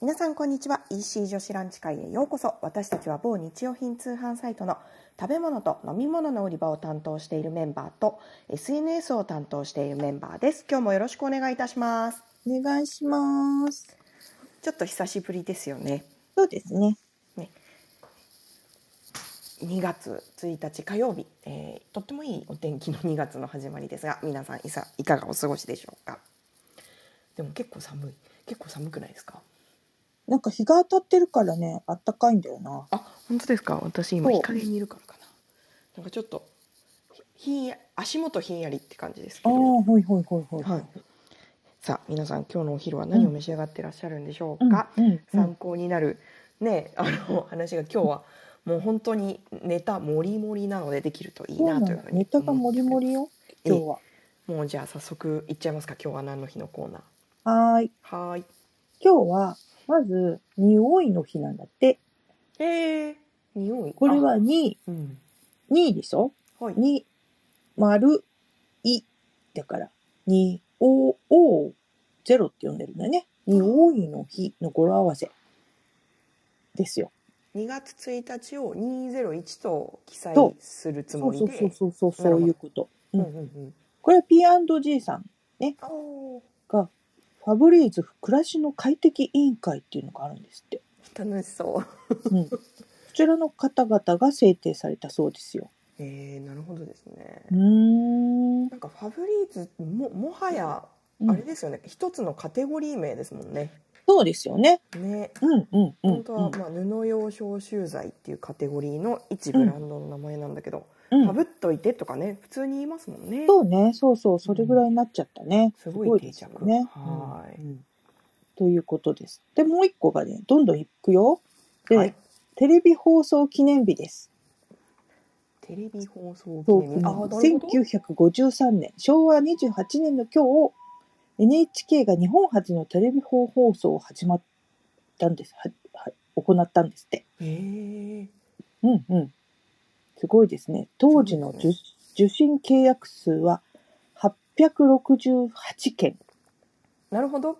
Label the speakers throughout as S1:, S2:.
S1: 皆さんこんにちは EC 女子ランチ会へようこそ私たちは某日用品通販サイトの食べ物と飲み物の売り場を担当しているメンバーと SNS を担当しているメンバーです今日もよろしくお願いいたします
S2: お願いします。
S1: ちょっと久しぶりですよね
S2: そうですね。
S1: 2月1日火曜日、えーとってもいいお天気の2月の始まりですが皆さんいさいかがお過ごしでしょうかでも結構寒い結構寒くないですか
S2: なんか日が当たってるからね、あったかいんだよな。
S1: あ本当ですか私今
S2: そう
S1: 日陰にいるからかななんかちょっとひひんや足元ひんやりって感じですけ
S2: ああ、
S1: ど、
S2: ほいほいほいほい。
S1: はい、さあ皆さん今日のお昼は何を召し上がってらっしゃるんでしょうか、
S2: うん、うん、
S1: 参考になるねあの話が今日はもう本当にネタもりもりなのでできるといい
S2: そうな
S1: な
S2: の
S1: というふうに
S2: ネタがもりもりよ。
S1: うん
S2: 今日は。
S1: もうじゃあ早速いっちゃいますか今日は何の日のコーナー
S2: はーい。
S1: はーい
S2: 今日は、まず、匂いの日なんだって。
S1: えー、匂い
S2: これ
S1: あ
S2: は2、
S1: うん
S2: 2でしょ
S1: はい、
S2: ?2、丸、い。だから、に、お、お、ゼロって呼んでるんだよね。匂いの日の語呂合わせ。ですよ。
S1: 2月1日を201と記載
S2: そう
S1: するつ
S2: そ
S1: も
S2: う
S1: り
S2: そ
S1: で
S2: うそうそうそ
S1: な
S2: う、
S1: るほ
S2: そう
S1: ど
S2: いうこと。
S1: う
S2: うんん
S1: うんうん
S2: これは P&G さんね、
S1: あー
S2: が、ファブリーズ暮らしの快適委員会っていうのがあるんですって。
S1: 楽しそう
S2: うん。こちらの方々が制定されたそうですよ。
S1: えー、なるほどですね、
S2: うーん。
S1: なんかファブリーズももはや
S2: うん
S1: あれですよね、一つのカテゴリー名ですもんね
S2: そうですよね。
S1: ね
S2: うんうんうん。
S1: 本当は、まあ、布用消臭剤っていうカテゴリーの一ブランドの名前なんだけど、
S2: うん
S1: かぶっといてとかね普通に言いますもんね
S2: そうね。そうそう。それぐらいになっちゃったね。
S1: すごい定
S2: ですよ
S1: 着
S2: ね。
S1: はーい
S2: うんうんということです。で、もう一個がね、どんどんいくよ。で、
S1: はい
S2: テレビ放送記念日です。
S1: テレビ放送記
S2: そう
S1: 念日あーなるほど
S2: 1953年昭和28年の今日 NHK が日本初のテレビ放送を始まったんですはは行ったんですって
S1: えー、
S2: うんうんすごいですね当時の
S1: そう
S2: 受,、
S1: で
S2: 受信契約数は868件
S1: なるほど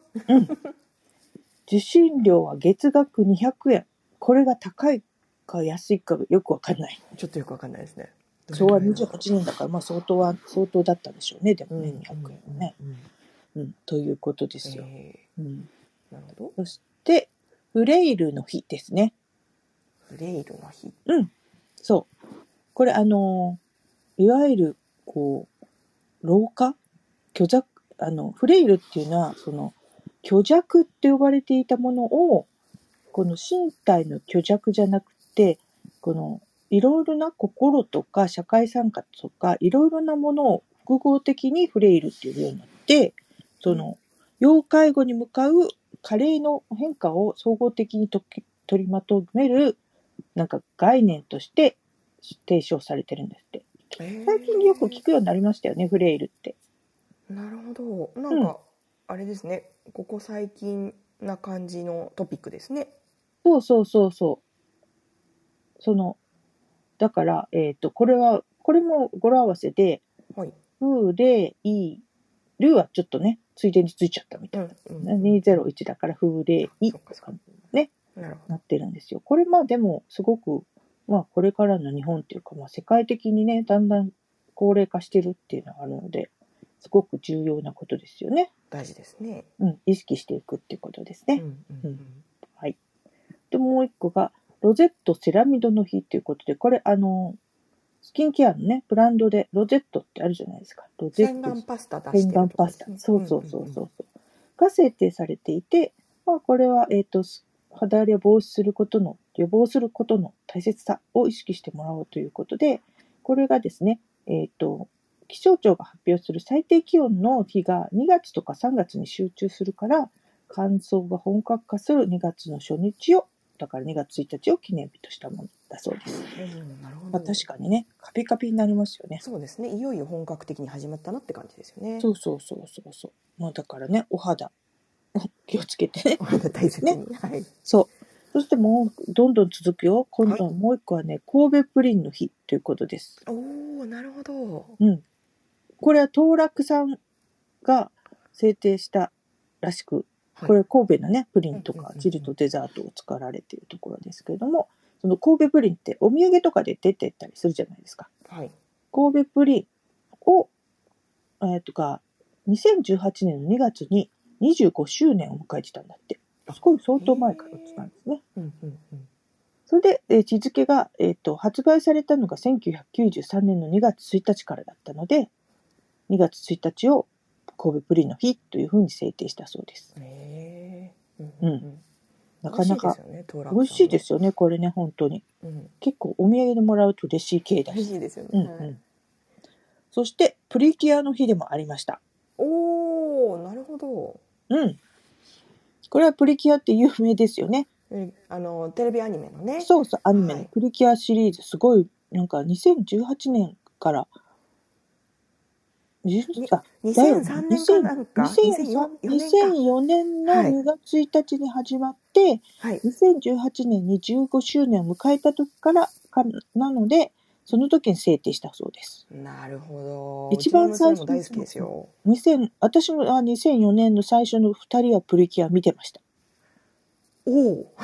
S2: 受信料は月額200円これが高いか安いかがよくわかんない
S1: ちょっとよくわかんないですね
S2: 昭和28年だからまあ相当は相当だったんでしょうねでもね200円はね、
S1: うんうんうん
S2: うん、ということですよ、
S1: え
S2: うん
S1: ーなるほど
S2: そして、フレイルの日ですね。
S1: フレイルの日
S2: そう。これ、あのー、いわゆる、こう、老化虚弱、あの、フレイルっていうのは、その、虚弱って呼ばれていたものを、この身体の虚弱じゃなくて、この、いろいろな心とか社会参加とか、いろいろなものを複合的にフレイルっていうようになって、その、要介護に向かう加齢の変化を総合的にとき取りまとめる、なんか概念として提唱されてるんですって。最近よく聞くようになりましたよね、フレイルって。
S1: なるほどなんか、あれですねここ最近な感じのトピックですね
S2: そうそうそうそう。その、だから、えっ、と、これは、これも語呂合わせで、
S1: はい、
S2: フレイルはちょっとね、ついでについちゃったみた
S1: う
S2: い
S1: んうん、
S2: な。201だから、フレイ
S1: そっかそっか
S2: に
S1: なるほ
S2: なってるんですよ。これまあでも、すごく、まあこれからの日本っていうか、まあ世界的にね、だんだん高齢化してるっていうのがあるので、すごく重要なことですよね。
S1: ど大事ですね
S2: うん、意識していくっていうことです
S1: う
S2: ね。
S1: んうんうん
S2: で、もう一個が、ロゼットセラミドの日っていうことで、これ、あの、スキンケアのね、ブランドで、ロゼットってあるじゃないですか。ロゼ
S1: 洗
S2: ット
S1: 顔パスタ出して
S2: 洗
S1: る
S2: 顔
S1: とこ
S2: パ
S1: で
S2: ス
S1: す
S2: タ
S1: ね。
S2: そうそうそうそ
S1: んん
S2: う。が制定されていて、まあ、これは、えっ、と、す肌荒れを防止することの、予防することの大切さを意識してもらおうということで、これがですね、えっ、と、気象庁が発表する最低気温の日が2月とか3月に集中するから、乾燥が本格化する2月の初日を、だから2月1日を記念日としたものだそうです。
S1: うんなるほど、
S2: まあ、確かにね、カピカピになりますよね。
S1: そうですねいよいよ本格的に始まったなって感じですよね
S2: そうそうそうそうそう。まあだからね、お肌、気をつけてね。
S1: お肌 大切に、はい
S2: そう。そしてもう、どんどん続くよ。今度
S1: は
S2: はもう一個はね、神戸プリンの日ということです。
S1: おおなるほど
S2: うん。これは当落さんが制定したらしく、
S1: はい
S2: これ神戸のねプリンと
S1: うんうん
S2: か
S1: うん
S2: チルとデザートを作られているところですけれどもその神戸プリンってお土産とかで出てったりするじゃないですか
S1: はい。
S2: 神戸プリンをえーとか2018年の2月に25周年を迎えてたんだって
S1: あ
S2: これ相当前から売ってたんですね
S1: うんうんうん。
S2: それで、えー日付が、えー、と発売されたのが1993年の2月1日からだったので2月1日を神戸プリンの日というふうに制定したそうです
S1: へえ。
S2: うん
S1: ん。
S2: なかなか美味しいですすよねこれね本当に
S1: よね。
S2: 結構お土産でもらうと嬉しい系
S1: ト
S2: だ
S1: ランプさんのうん。美味しいですよね。
S2: し、うんうん
S1: はい
S2: そしてプリキュアの日でもありました
S1: おお、なるほど。
S2: うんこれはプリキュアって有名ですよね
S1: えあのテレビアニメのね。
S2: そうそうアニメの
S1: はい
S2: プリキュアシリーズすごいなんか2018年からじゅ
S1: に
S2: あ
S1: 2003年かなんか、2004年
S2: 2004
S1: か。
S2: 2004年の
S1: はい
S2: 2月1日に始まって、
S1: はい。
S2: 2018年に15周年を迎えた時からかなのでその時に制定したそうです。
S1: なるほど。
S2: 一番
S1: うちの娘
S2: 最初
S1: も大好きですよ。
S2: 2000私もあ2004年の最初の2人はプリキュア見てました。
S1: おお。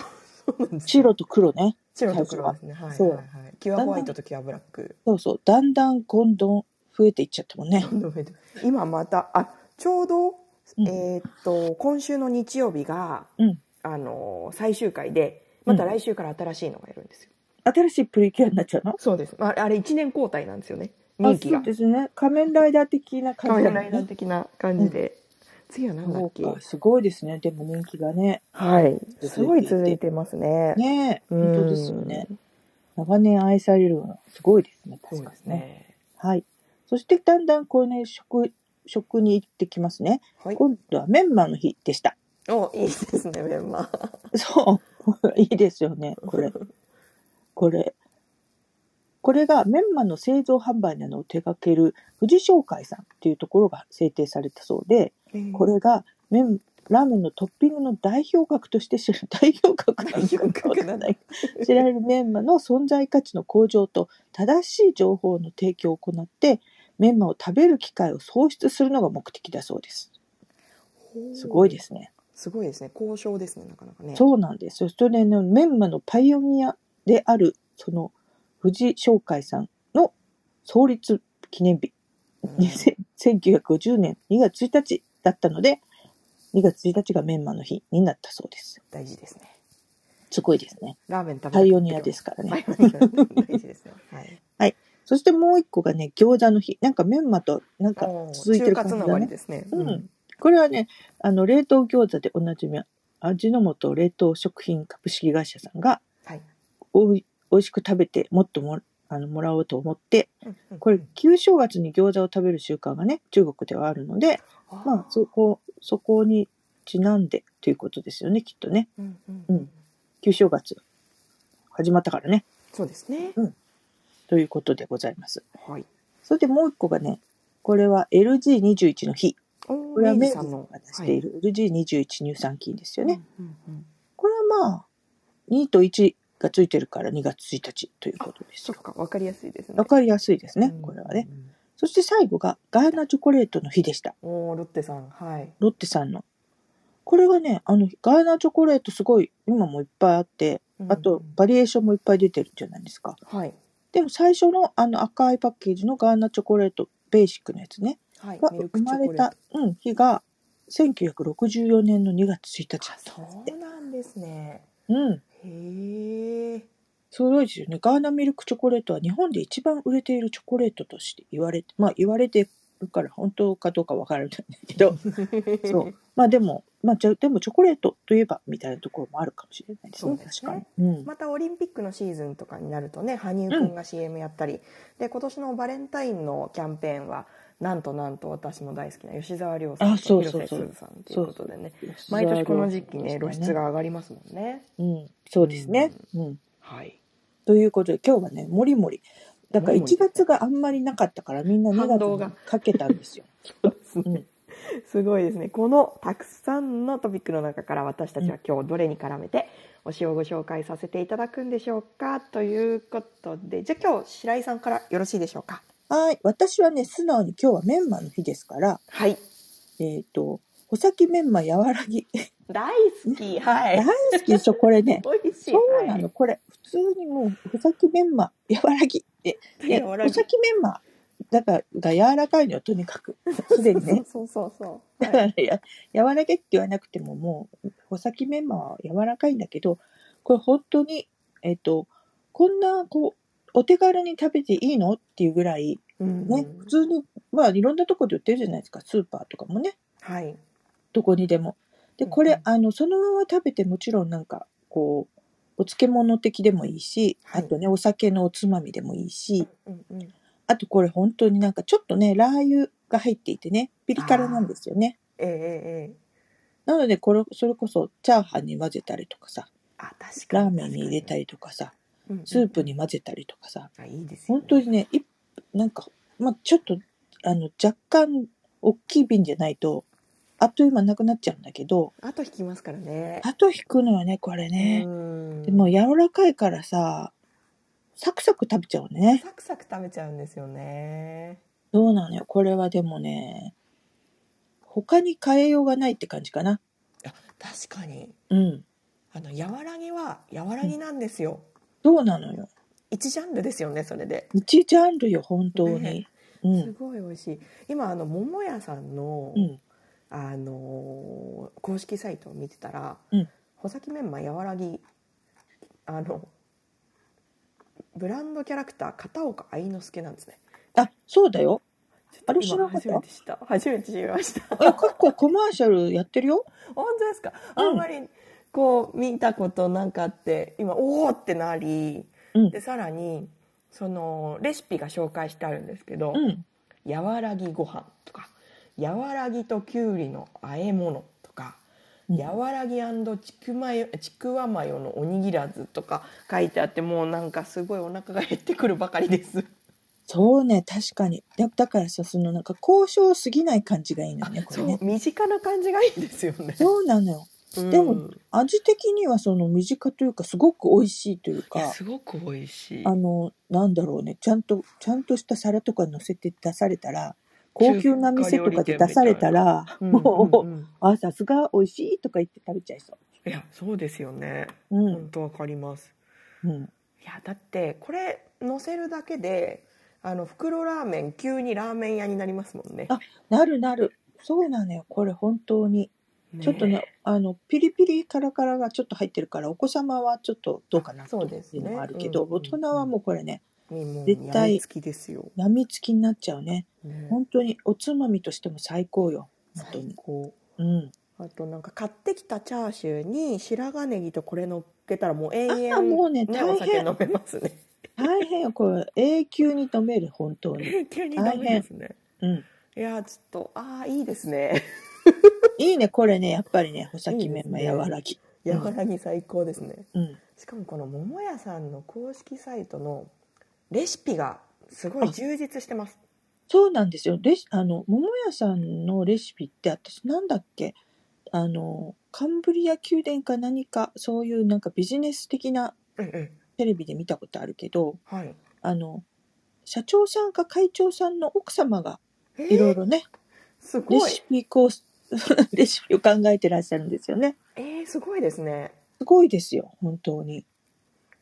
S1: そうなんですね
S2: 白と黒ね。
S1: 白と黒ですね。はい
S2: そう
S1: はいはい。キュアホワイトとキュアブラック。
S2: そうそう。だんだんどんどん増えていっちゃったもんね。
S1: 今またあちょうど、
S2: うん
S1: えーっと今週の日曜日が、
S2: うん
S1: あの最終回でまた来週から新しいのがいるんですよ。
S2: 新しいプリキュアになっちゃうの
S1: そうです。まああれ一年交代なんですよね。
S2: あ
S1: 任期
S2: そう
S1: が
S2: ですね。仮面ライダー的な感
S1: 仮
S2: じだ
S1: 面
S2: も
S1: ライ
S2: ん
S1: ダー
S2: ね。
S1: 的な感じで、次は何だっけ。
S2: そうかすごいですね。でも人気がね。
S1: はい。
S2: て
S1: すごい続いてますね。
S2: ねえ。
S1: うん
S2: 本当ですよね。長年愛されるのはすごいですね。
S1: そ
S2: 確
S1: う
S2: か
S1: です
S2: にね。
S1: ね。
S2: はい。そしてだんだんこうね、食、食に行ってきますね。
S1: はい。
S2: 今度はメンマの日でした。
S1: おいいですねメンマ。
S2: そう。いいですよね。これ。これ。これがメンマの製造販売などを手掛ける富士商会さんっていうところが制定されたそうで、これが麺、ラーメンのトッピングの代表格として 知る、代表格なん
S1: 代表
S2: かわ
S1: 格
S2: か
S1: なんん
S2: な
S1: だ。
S2: い知られるメンマの存在価値の向上と正しい情報の提供を行ってメンマを食べる機会を創出するのが目的だそうです。すごいですすね。
S1: すごいですね。交渉ですねなかなかね。
S2: そうなんですよ。それのメンマのパイオニアであるその藤井商会さんの創立記念日、
S1: うん
S2: 1950年2月1日だったので2月1日がメンマの日になったそうです。
S1: 大事ですね。
S2: すごいですね。
S1: ラーメン食べ
S2: パイオニアですからね
S1: パ。イオニア大事ですね。はい。
S2: そしてもう一個がね、餃子の日。なんかメンマとなんか
S1: おー
S2: 続いてる感じ
S1: 中華つ
S2: だ
S1: ながり
S2: ね。
S1: ですね。
S2: うん。これはね、あの、冷凍餃子でおなじみ、味の素冷凍食品株式会社さんが、
S1: はい。
S2: おい、美味しく食べて、もっともら、あの、もらおうと思って、
S1: うん
S2: これ、旧正月に餃子を食べる習慣がね、中国ではあるので、まあ、そこ、そこにちなんでということですよね、きっとね。
S1: うんうん
S2: う
S1: うんん。
S2: 旧正月、始まったからね、
S1: そうですね。
S2: ということでございます。
S1: はい。
S2: それでもう一個がね、これは LG21 の日。
S1: お
S2: これは
S1: メ
S2: 明
S1: イ
S2: 治
S1: さ
S2: さ
S1: ん
S2: ん
S1: の
S2: が出している LG21 乳酸菌ですよね。。
S1: うんうんうん
S2: これはまあ、2と1がついてるから2月1日ということで
S1: そ
S2: す
S1: っ。かわかりやすいですね。
S2: わかりやすいですね
S1: う、ん
S2: これはね。。
S1: うん
S2: そして最後がガーナチョコレートの日でした。
S1: おーロッテさんはい。
S2: ロッテさんの。これはね、あの、ガーナチョコレートすごい今もいっぱいあって、あとバリエーションもいっぱい出てるじゃないですか。
S1: はい
S2: でも最初のあの赤いパッケージのガーナチョコレート、ベーシックのやつね。
S1: はい
S2: が
S1: ミル
S2: 生
S1: クチ
S2: ま
S1: ョ
S2: れ
S1: コレー
S2: た
S1: ト。、
S2: うん、日が1964年の2月1日だ
S1: あ
S2: ったんですっ
S1: そ
S2: て
S1: うなんですね。
S2: うん
S1: へえ。
S2: すごいですよねガーナミルクチョコレートは日本で一番売れているチョコレートとして言われてまあ言われてるから本当かどうかわからないんだけ どそうまあでもまあじゃあでもチョコレートといえばみたいなところもあるかもしれないですね
S1: そうです
S2: 確
S1: ね
S2: かに、うん
S1: またオリンピックのシーズンとかになるとね羽生くんが CM やったり、で今年のバレンタインのキャンペーンはなんとなんと私も大好きな吉沢亮さ
S2: あ
S1: んと
S2: そうそう
S1: 広瀬
S2: そう
S1: すずさんということでね毎年この時期ね露出、が上がりますもんね。
S2: うん、そうですね、うん、
S1: はい、
S2: ということで今日はねもりもりだから
S1: もり
S2: 1
S1: もり
S2: 月があんまりなかったからみんな2
S1: 反動
S2: 月に
S1: が
S2: かけた んですよ。
S1: そうですね
S2: うん
S1: すごいですねこのたくさんのトピックの中から私たちは今日どれに絡めて推しをご紹介させていただくんでしょうかということでじゃあ今日白井さんからよろしいでしょうか。
S2: はい私はね素直に今日はメンマの日ですから、
S1: はい、
S2: えっ、と穂先メンマやわらぎ
S1: 大好き。はい。
S2: 大好きでしょ、これ ね。
S1: 美味しい。
S2: そうな
S1: は
S2: の、
S1: い
S2: これ。普通にもう、ふざきメンマ、柔らぎって。で、
S1: 柔
S2: ふ
S1: らぎ
S2: ざきメンマ、だから、が柔らかいのよ、とにかく。すでに ね。
S1: そうそうそう。
S2: だ
S1: は
S2: か
S1: い
S2: らや柔らげって言わなくてももう穂先メンマは柔らかいんだけどこれ本当にえっ、とこんなこうお手軽に食べていいのっていうぐらい
S1: うん
S2: ね、普通にまあいろんなとこで売ってるじゃないですかスーパーとかもね
S1: はい。
S2: どこにでもでこ
S1: うんう
S2: れ
S1: ん
S2: あのそのまま食べてもちろんなんかこうお漬物的でもいいし
S1: は
S2: あ
S1: い
S2: とねお酒のおつまみでもいいし
S1: うんうん。
S2: あとこれ本当になんかちょっとねラー油が入っていてねピリ辛なんですよね
S1: ええええええ。
S2: なのでこれそれこそチャーハンに混ぜたりとかさ
S1: あ、確かに。
S2: ラーメンに入れたりとかさ
S1: 確かに。
S2: スープに混ぜたりとかさ
S1: うんうん。あ、いいですよ
S2: 本
S1: ね。
S2: 当にねいなんか、まあ、ちょっとあの若干大きい瓶じゃないとあっという間なくなっちゃうんだけど
S1: あと引きますからね。
S2: あと引くのよねこれね
S1: う、ん。
S2: でも柔らかいからさサクサク食べちゃうね
S1: サクサク食べちゃうんですよね。
S2: そうなのよこれはでもね他に変えようがないって感じかな
S1: 確かに。
S2: うん
S1: あの柔らぎは柔らぎなんですよ。
S2: そうなのよ
S1: 一ジャンルですよね。それで。
S2: 一ジャンルよ本当に、
S1: ね
S2: う
S1: す
S2: ん
S1: ごい美味しい。今あの桃屋さんの、
S2: うん
S1: あのー公式サイトを見てたら、
S2: うん
S1: 穂先メンマやわらぎあのブランドキャラクター片岡愛之助なんですね。
S2: あ、そうだよ。
S1: ちょっ
S2: あれ
S1: 今
S2: 知らなかっ
S1: 初
S2: た
S1: めて知った。初めて知りました。
S2: い や、結構コマーシャルやってるよ。
S1: 本当ですか。
S2: うん
S1: あんまりこう見たことなかって今おおってなり、
S2: うん
S1: でさらにそのレシピが紹介してあるんですけど、
S2: うん。
S1: やわらぎご飯とかやわらぎときゅうりの和え物とか、
S2: うん
S1: やわらぎちくまよちくわマヨのおにぎらずとか書いてあってもうなんかすごいお腹が減ってくるばかりです。
S2: そうね、確かに。だだからさ、そのなんか交渉すぎない感じがいいのよね、これ
S1: そう
S2: ね。
S1: 身近な感じがいいですよね。
S2: そうなのよ。
S1: うん
S2: でも、味的にはその身近というか、すごく美味しいという
S1: いや
S2: か、
S1: すごく美味しい。
S2: あの、なんだろうね、ちゃんと、ちゃんとした皿とかに乗せて出されたら、高級な店とかで出されたら、
S1: うん
S2: もう、
S1: うんうん
S2: あ、さすが美味しいとか言って食べちゃいそ
S1: いやそうですよね。
S2: う。う
S1: 本
S2: ん。
S1: 当わかります。
S2: うん。
S1: いやだってこれ乗せるだけであの袋ラーメン急にラーメン屋になりますもんね。
S2: あなるなる。そうなのよ、これ本当に。ちょっとね、あのピリピリカラカラがちょっと入ってるからお子様はちょっとどうかな
S1: そう
S2: と
S1: です
S2: い
S1: ね
S2: うのもあるけど、
S1: うんうんうん
S2: 大人はもうこれね
S1: もう
S2: 絶対
S1: やみつきですよ。
S2: やみつきになっちゃうね
S1: ね
S2: 本当におつまみとしても最高よ本当
S1: 最
S2: に
S1: 高。
S2: うん
S1: あとなんか買ってきたチャーシューに白髪ネギとこれ乗っけたらもう永遠
S2: あもうね
S1: ね
S2: 大変
S1: お酒飲めます ね。
S2: 大変よこれ永久に飲める本当に
S1: 急に飲めますね。
S2: うん
S1: いやーちょっとああいいですね。
S2: いいねこれねやっぱりね穂
S1: い
S2: 先
S1: いで
S2: メ
S1: す
S2: ンマ
S1: ね
S2: やわらぎ
S1: やわらぎ最高ですね。
S2: うん
S1: しかもこの桃屋さんの公式サイトのレシピがすごい充実してます。
S2: そうなんですよレシあの桃屋さんのレシピって私なんだっけあのカンブリア宮殿か何かそういうなんかビジネス的な
S1: うんうん
S2: テレビで見たことあるけど
S1: はい。
S2: あの社長さんか会長さんの奥様が
S1: えー
S2: いろいろね、
S1: す
S2: レ
S1: ごい
S2: シ。ピコース レシピを考えてらっしゃるんですよね
S1: えーすごいですね。
S2: すごいですよ本当に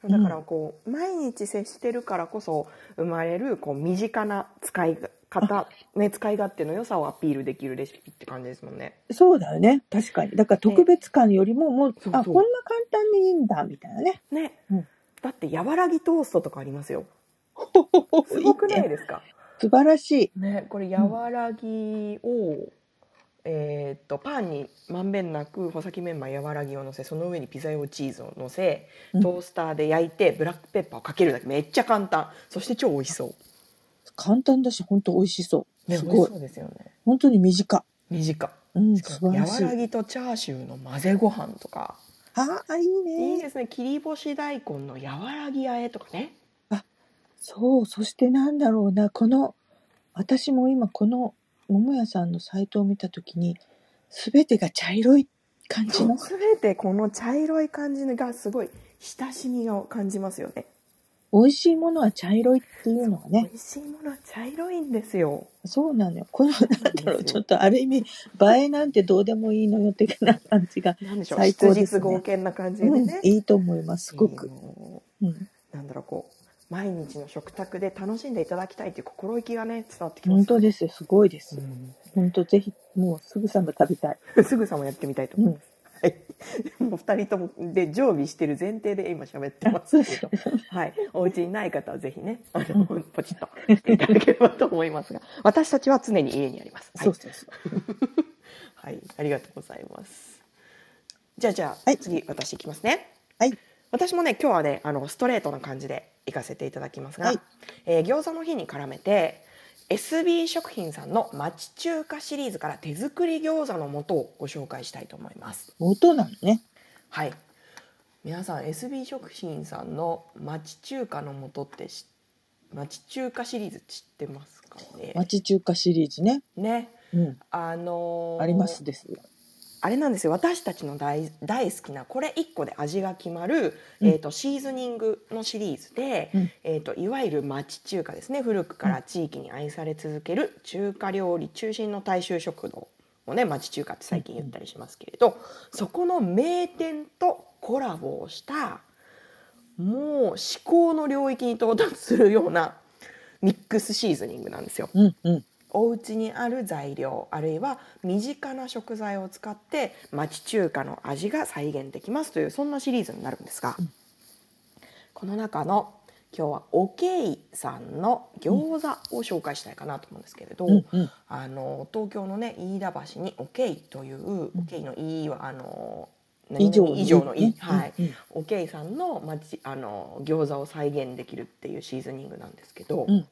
S2: うん
S1: だからこう、毎日接してるからこそ生まれるこう身近な使い方、ね、使い勝手の良さをアピールできるレシピって感じですもんね。
S2: そうだよね確かにだから特別感よりももう、
S1: そう
S2: あ
S1: そう
S2: こんな簡単にいいんだみたいなね
S1: ね。
S2: うん
S1: だってやわらぎトーストとかあります よ。す
S2: す
S1: ごくないい
S2: ね
S1: ですか。
S2: 素晴らしい
S1: ね、これやわらぎを、えーっとパンにまんべんなく穂先メンマやわらぎをのせその上にピザ用チーズをのせ
S2: うん
S1: トースターで焼いてブラックペッパーをかけるだけめっちゃ簡単そして超美味しそ
S2: 簡単だし本当美味しそう
S1: う、ね、
S2: す
S1: 美味
S2: ご
S1: し
S2: い
S1: そうですよね
S2: 本当に身近
S1: 短
S2: うん
S1: し
S2: 素
S1: かも
S2: 晴
S1: やわ
S2: らしい
S1: らぎとチャーシューの混ぜご飯とか
S2: ああいいね
S1: いいですね切り干し大根のやわらぎ和えとかね
S2: そう、そしてなんだろうな、この、私も今この桃屋さんのサイトを見たときに、すべてが茶色い感じの、
S1: すべてこの茶色い感じがすごい親しみを感じますよね
S2: 美味しいものは茶色いっていうのがね
S1: 美、味しいものは茶色いんですよ。
S2: そうなのよ。これもなんだろ
S1: そうなんで
S2: う、
S1: すよ
S2: ちょっとある意味、映えなんてどうでもいいのよ的な感じが、
S1: なんでしょう、
S2: 最
S1: 質
S2: 高です
S1: 実
S2: ね
S1: 剛健な感じで
S2: うん
S1: ね、。
S2: いいと思います、すごく。
S1: も
S2: うん、
S1: うなんだろうこう毎日の食卓で楽しんでいただきたいという心意気がね伝わってきます。
S2: 本当ですよ、すごいで
S1: う
S2: す。
S1: ん
S2: 本当、ぜひ、もうすぐさま食べたい。
S1: すぐさまやってみたいと
S2: う
S1: 思い
S2: ん
S1: ます。、もう二人ともで常備してる前提で今喋ってます
S2: そう
S1: けど、はい、お家にない方はぜひね、あのポチッとしていただければと思いますが、私たちは常に家にあります。はい
S2: そうそうそう。
S1: はい、ありがとうございます。じゃあじゃあ、
S2: はい
S1: 次私いきますね。
S2: はい、
S1: 私もね今日はねあのストレートな感じで行かせていただきますが、
S2: はい
S1: えー餃子の日に絡めて SB 食品さんの町中華シリーズから手作り餃子の素をご紹介したいと思います。
S2: 元なのね。
S1: はい。皆さん SB 食品さんの町中華の素って知町中華シリーズ知ってますかね。
S2: 町中華シリーズね。
S1: ね、
S2: うん、
S1: あのー
S2: ありますです。
S1: あれなんですよ私たちの大大好きなこれ1個で味が決まる、
S2: うん
S1: えー、とシーズニングのシリーズで、
S2: うん
S1: えー、といわゆる町中華ですね古くから地域に愛され続ける中華料理中心の大衆食堂をね町中華って最近言ったりしますけれど、そこの名店とコラボをしたもう至高の領域に到達するようなミックスシーズニングなんですよ。
S2: うん、うん。
S1: お家にある材料あるいは身近な食材を使って町中華の味が再現できますというそんなシリーズになるんですが、
S2: うん
S1: この中の今日はおけいさんの餃子を紹介したいかなと思うんですけれど、
S2: うん、うん。
S1: あの東京のね飯田橋におけいというおけいのいいはあの何々以上のいい、
S2: ね
S1: はい、
S2: うん
S1: おけいさんの町あの餃子を再現できるっていうシーズニングなんですけど、
S2: うん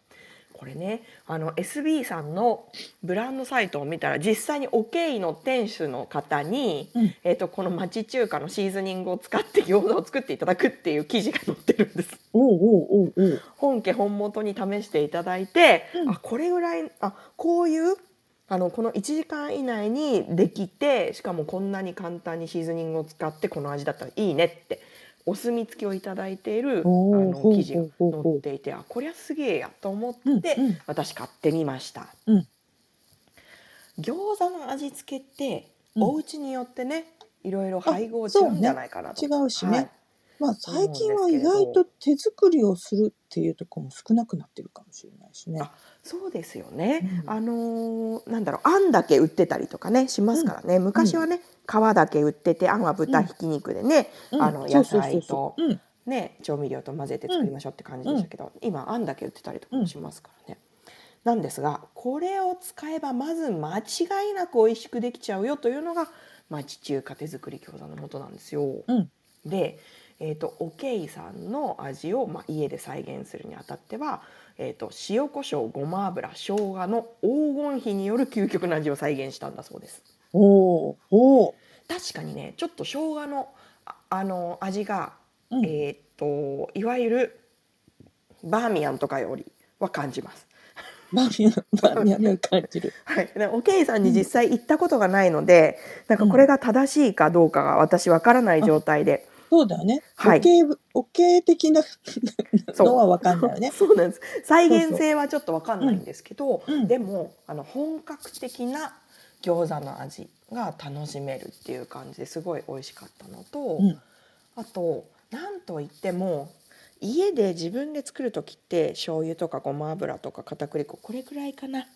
S1: これねあの SB さんのブランドサイトを見たら実際におけいの店主の方に、
S2: うん
S1: えっとこの町中華のシーズニングを使って餃子を作っていただくっていう記事が載ってるんです。
S2: おうおうおうおう。
S1: 本家本元に試していただいて、
S2: うん
S1: あこれぐらいあこういうあのこの1時間以内にできてしかもこんなに簡単にシーズニングを使ってこの味だったらいいねってお墨付きをいただいているあ
S2: お
S1: の
S2: ーほう
S1: 記事が
S2: ほうほうほう
S1: 載っていてあこりゃすげえやと思って、
S2: うんうん
S1: 私買ってみました。
S2: うん
S1: 餃子の味付けって、
S2: うん
S1: お家によってねいろいろ配合違
S2: そう
S1: う
S2: ね
S1: んじゃないかなと、
S2: 違うしね
S1: はい
S2: まあ
S1: そうなん
S2: 最
S1: ですけ
S2: 近
S1: れど
S2: は意外と手作りをするっていうとこも少なくなってるかもしれないしね。
S1: あそうですよね、
S2: うん
S1: あのーなんだろうあんだけ売ってたりとかねしますからね、昔はね皮だけ売っててあんは豚ひき肉でね、
S2: うん
S1: あの
S2: そう
S1: 野
S2: そうそう
S1: 菜
S2: そ
S1: と
S2: う。うん、
S1: ね調味料と混ぜて作りましょうって感じでしたけど、今あんだけ売ってたりとかもしますからね、なんですがこれを使えばまず間違いなく美味しくできちゃうよというのが町中華手作り餃子の元なんですよ。
S2: うん、
S1: で、えー、とおけいさんの味を、まあ、家で再現するにあたっては、えー、と塩コショウごま油生姜の黄金比による究極の味を再現したんだそうです
S2: おーおー
S1: 確かにねちょっと生姜のああの味が、
S2: うん
S1: えっ、といわゆるバーミヤンとかよりは感じます
S2: バーミヤンバーミヤンが感じる。
S1: はい、でおけいさんに実際行ったことがないので、なんかこれが正しいかどうかが私わからない状態で、
S2: そうだよね。
S1: はい
S2: おけいおけい的な
S1: そう。
S2: のはわかんないよ ね
S1: そうなんです。再現性はちょっとわかんないんですけど、
S2: うんうん
S1: でもあの本格的な餃子の味が楽しめるっていう感じですごい美味しかったのと、
S2: うん、
S1: あとなんといっても家で自分で作る時って醤油とかごま油とか片栗粉これくらいかな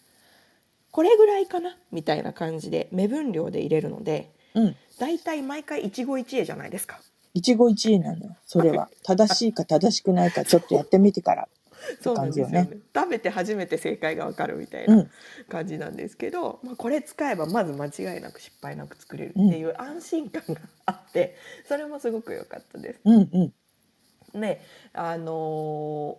S1: これぐらいかなみたいな感じで目分量で入れるので
S2: うん。
S1: だいたい毎回一期一会じゃないですか。
S2: 一期一会なのよ。そ れは正しいか正しくないかちょっとやってみてから。
S1: そうなんですよ
S2: っ
S1: ね
S2: て、
S1: 食べて初めて正解がわかるみたいうなん感じなんですけど、まあ、これ使えばまず間違いなく失敗なく作れるっていう安心感があってそれもすごく良かったです。
S2: うん、うん。
S1: ねあの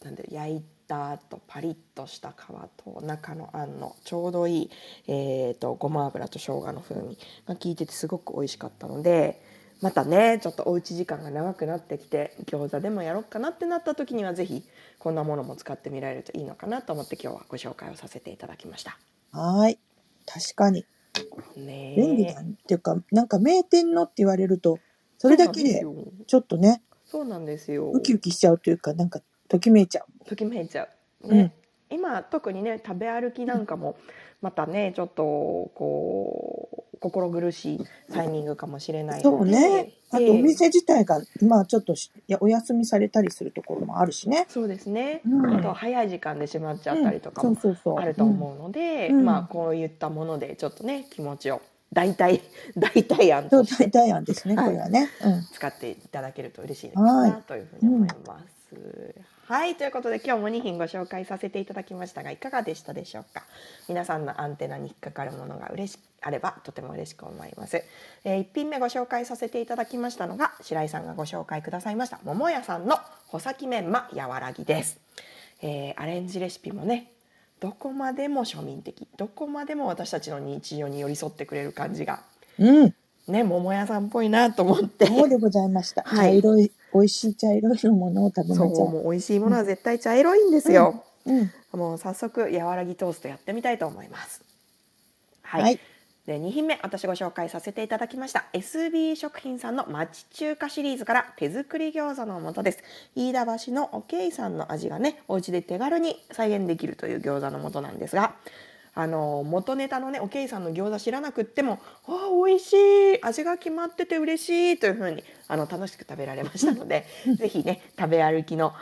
S1: ーなんで焼いたとパリッとした皮と中のあんのちょうどいい、えー、とごま油と生姜の風味が効いててすごく美味しかったのでまたねちょっとおうち時間が長くなってきて餃子でもやろうかなってなった時には是非こんなものも使ってみられるといいのかなと思って今日はご紹介をさせていただきました。
S2: はーい。確かに
S1: ねえ
S2: 便利だね。っていうかなんか名店のって言われるとそれだけで
S1: そうなんすよ
S2: ちょっとね
S1: そうなんですよ
S2: ウキウキしちゃうというかなんかときめいちゃ
S1: ときめいちゃう、
S2: う、
S1: ね今特にね食べ歩きなんかもまたねちょっとこう心苦しいタイミングかもしれ
S2: う、
S1: なんい
S2: そう
S1: ので
S2: ねあ
S1: え
S2: と
S1: え
S2: お店自体がまあちょっとしいやお休みされたりするところもあるしね、
S1: そうですね、
S2: うん
S1: あと早い時間で閉まっちゃったりとか
S2: うん
S1: も
S2: そうそうそう
S1: あると思うので、
S2: うんうん
S1: まあこういったものでちょっとね気持ちを大体大体案
S2: そ
S1: と
S2: う
S1: して
S2: 代代案ですね、
S1: はい
S2: これはね。うん。
S1: 使っていただけると嬉しいです
S2: はい
S1: なというふうに思います。はいということで今日も2品ご紹介させていただきましたがいかがでしたでしょうか皆さんのアンテナに引っかかるものが嬉しあればとても嬉しく思います、え1品目ご紹介させていただきましたのが白井さんがご紹介くださいました桃屋さんの穂先メンマやわらぎです、えーアレンジレシピもねどこまでも庶民的どこまでも私たちの日常に寄り添ってくれる感じが
S2: うん。
S1: ね桃屋さんっぽいなと思って
S2: そうでございました。
S1: はい
S2: 茶色い、美味しい茶色いのものを食べ
S1: そ
S2: ま
S1: う
S2: しょ
S1: もう美味しいものは絶対茶色いんですよ、
S2: う。うん。
S1: もう早速やわらぎトーストやってみたいと思いますはい、
S2: はい。
S1: で2品目私ご紹介させていただきました SB 食品さんの町中華シリーズから手作り餃子の素です飯田橋のおけいさんの味がねお家で手軽に再現できるという餃子の素なんですがあの元ネタのねおけいさんの餃子知らなくっても「あー美味しい味が決まってて嬉しい」というふうにあの楽しく食べられましたので、ぜひね食べ歩きの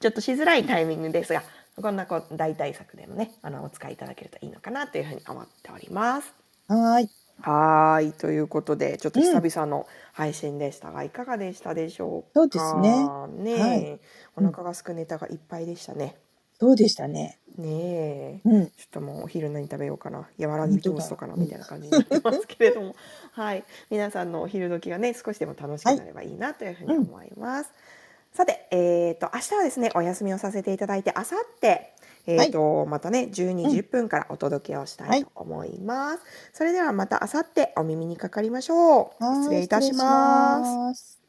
S1: ちょっとしづらいタイミングですがこんなこう代替策でもねあのお使いいただけるといいのかなというふうに思っております。
S2: はーい。
S1: はーいということでちょっと久々の配信でしたが、いかがでしたでしょうか
S2: そうですね
S1: ねえ
S2: はい
S1: お腹がすくネタがいっぱいでしたね
S2: そうでしたね。
S1: ねえ
S2: うん。
S1: ちょっともうお昼何食べようかなやわらぎトーストかな
S2: 本
S1: み
S2: 当
S1: た
S2: だ
S1: いな感じになってますけれども はい皆さんのお昼時がね少しでも楽しくなればいいなというふうに思います、さてえー、と明日はですねお休みをさせていただいて明後日えーとまたね12時10分からお届けをしたいと思います、それではまた明後日お耳にかかりましょう
S2: はーい
S1: 失礼いたし
S2: 失
S1: ます
S2: 礼します。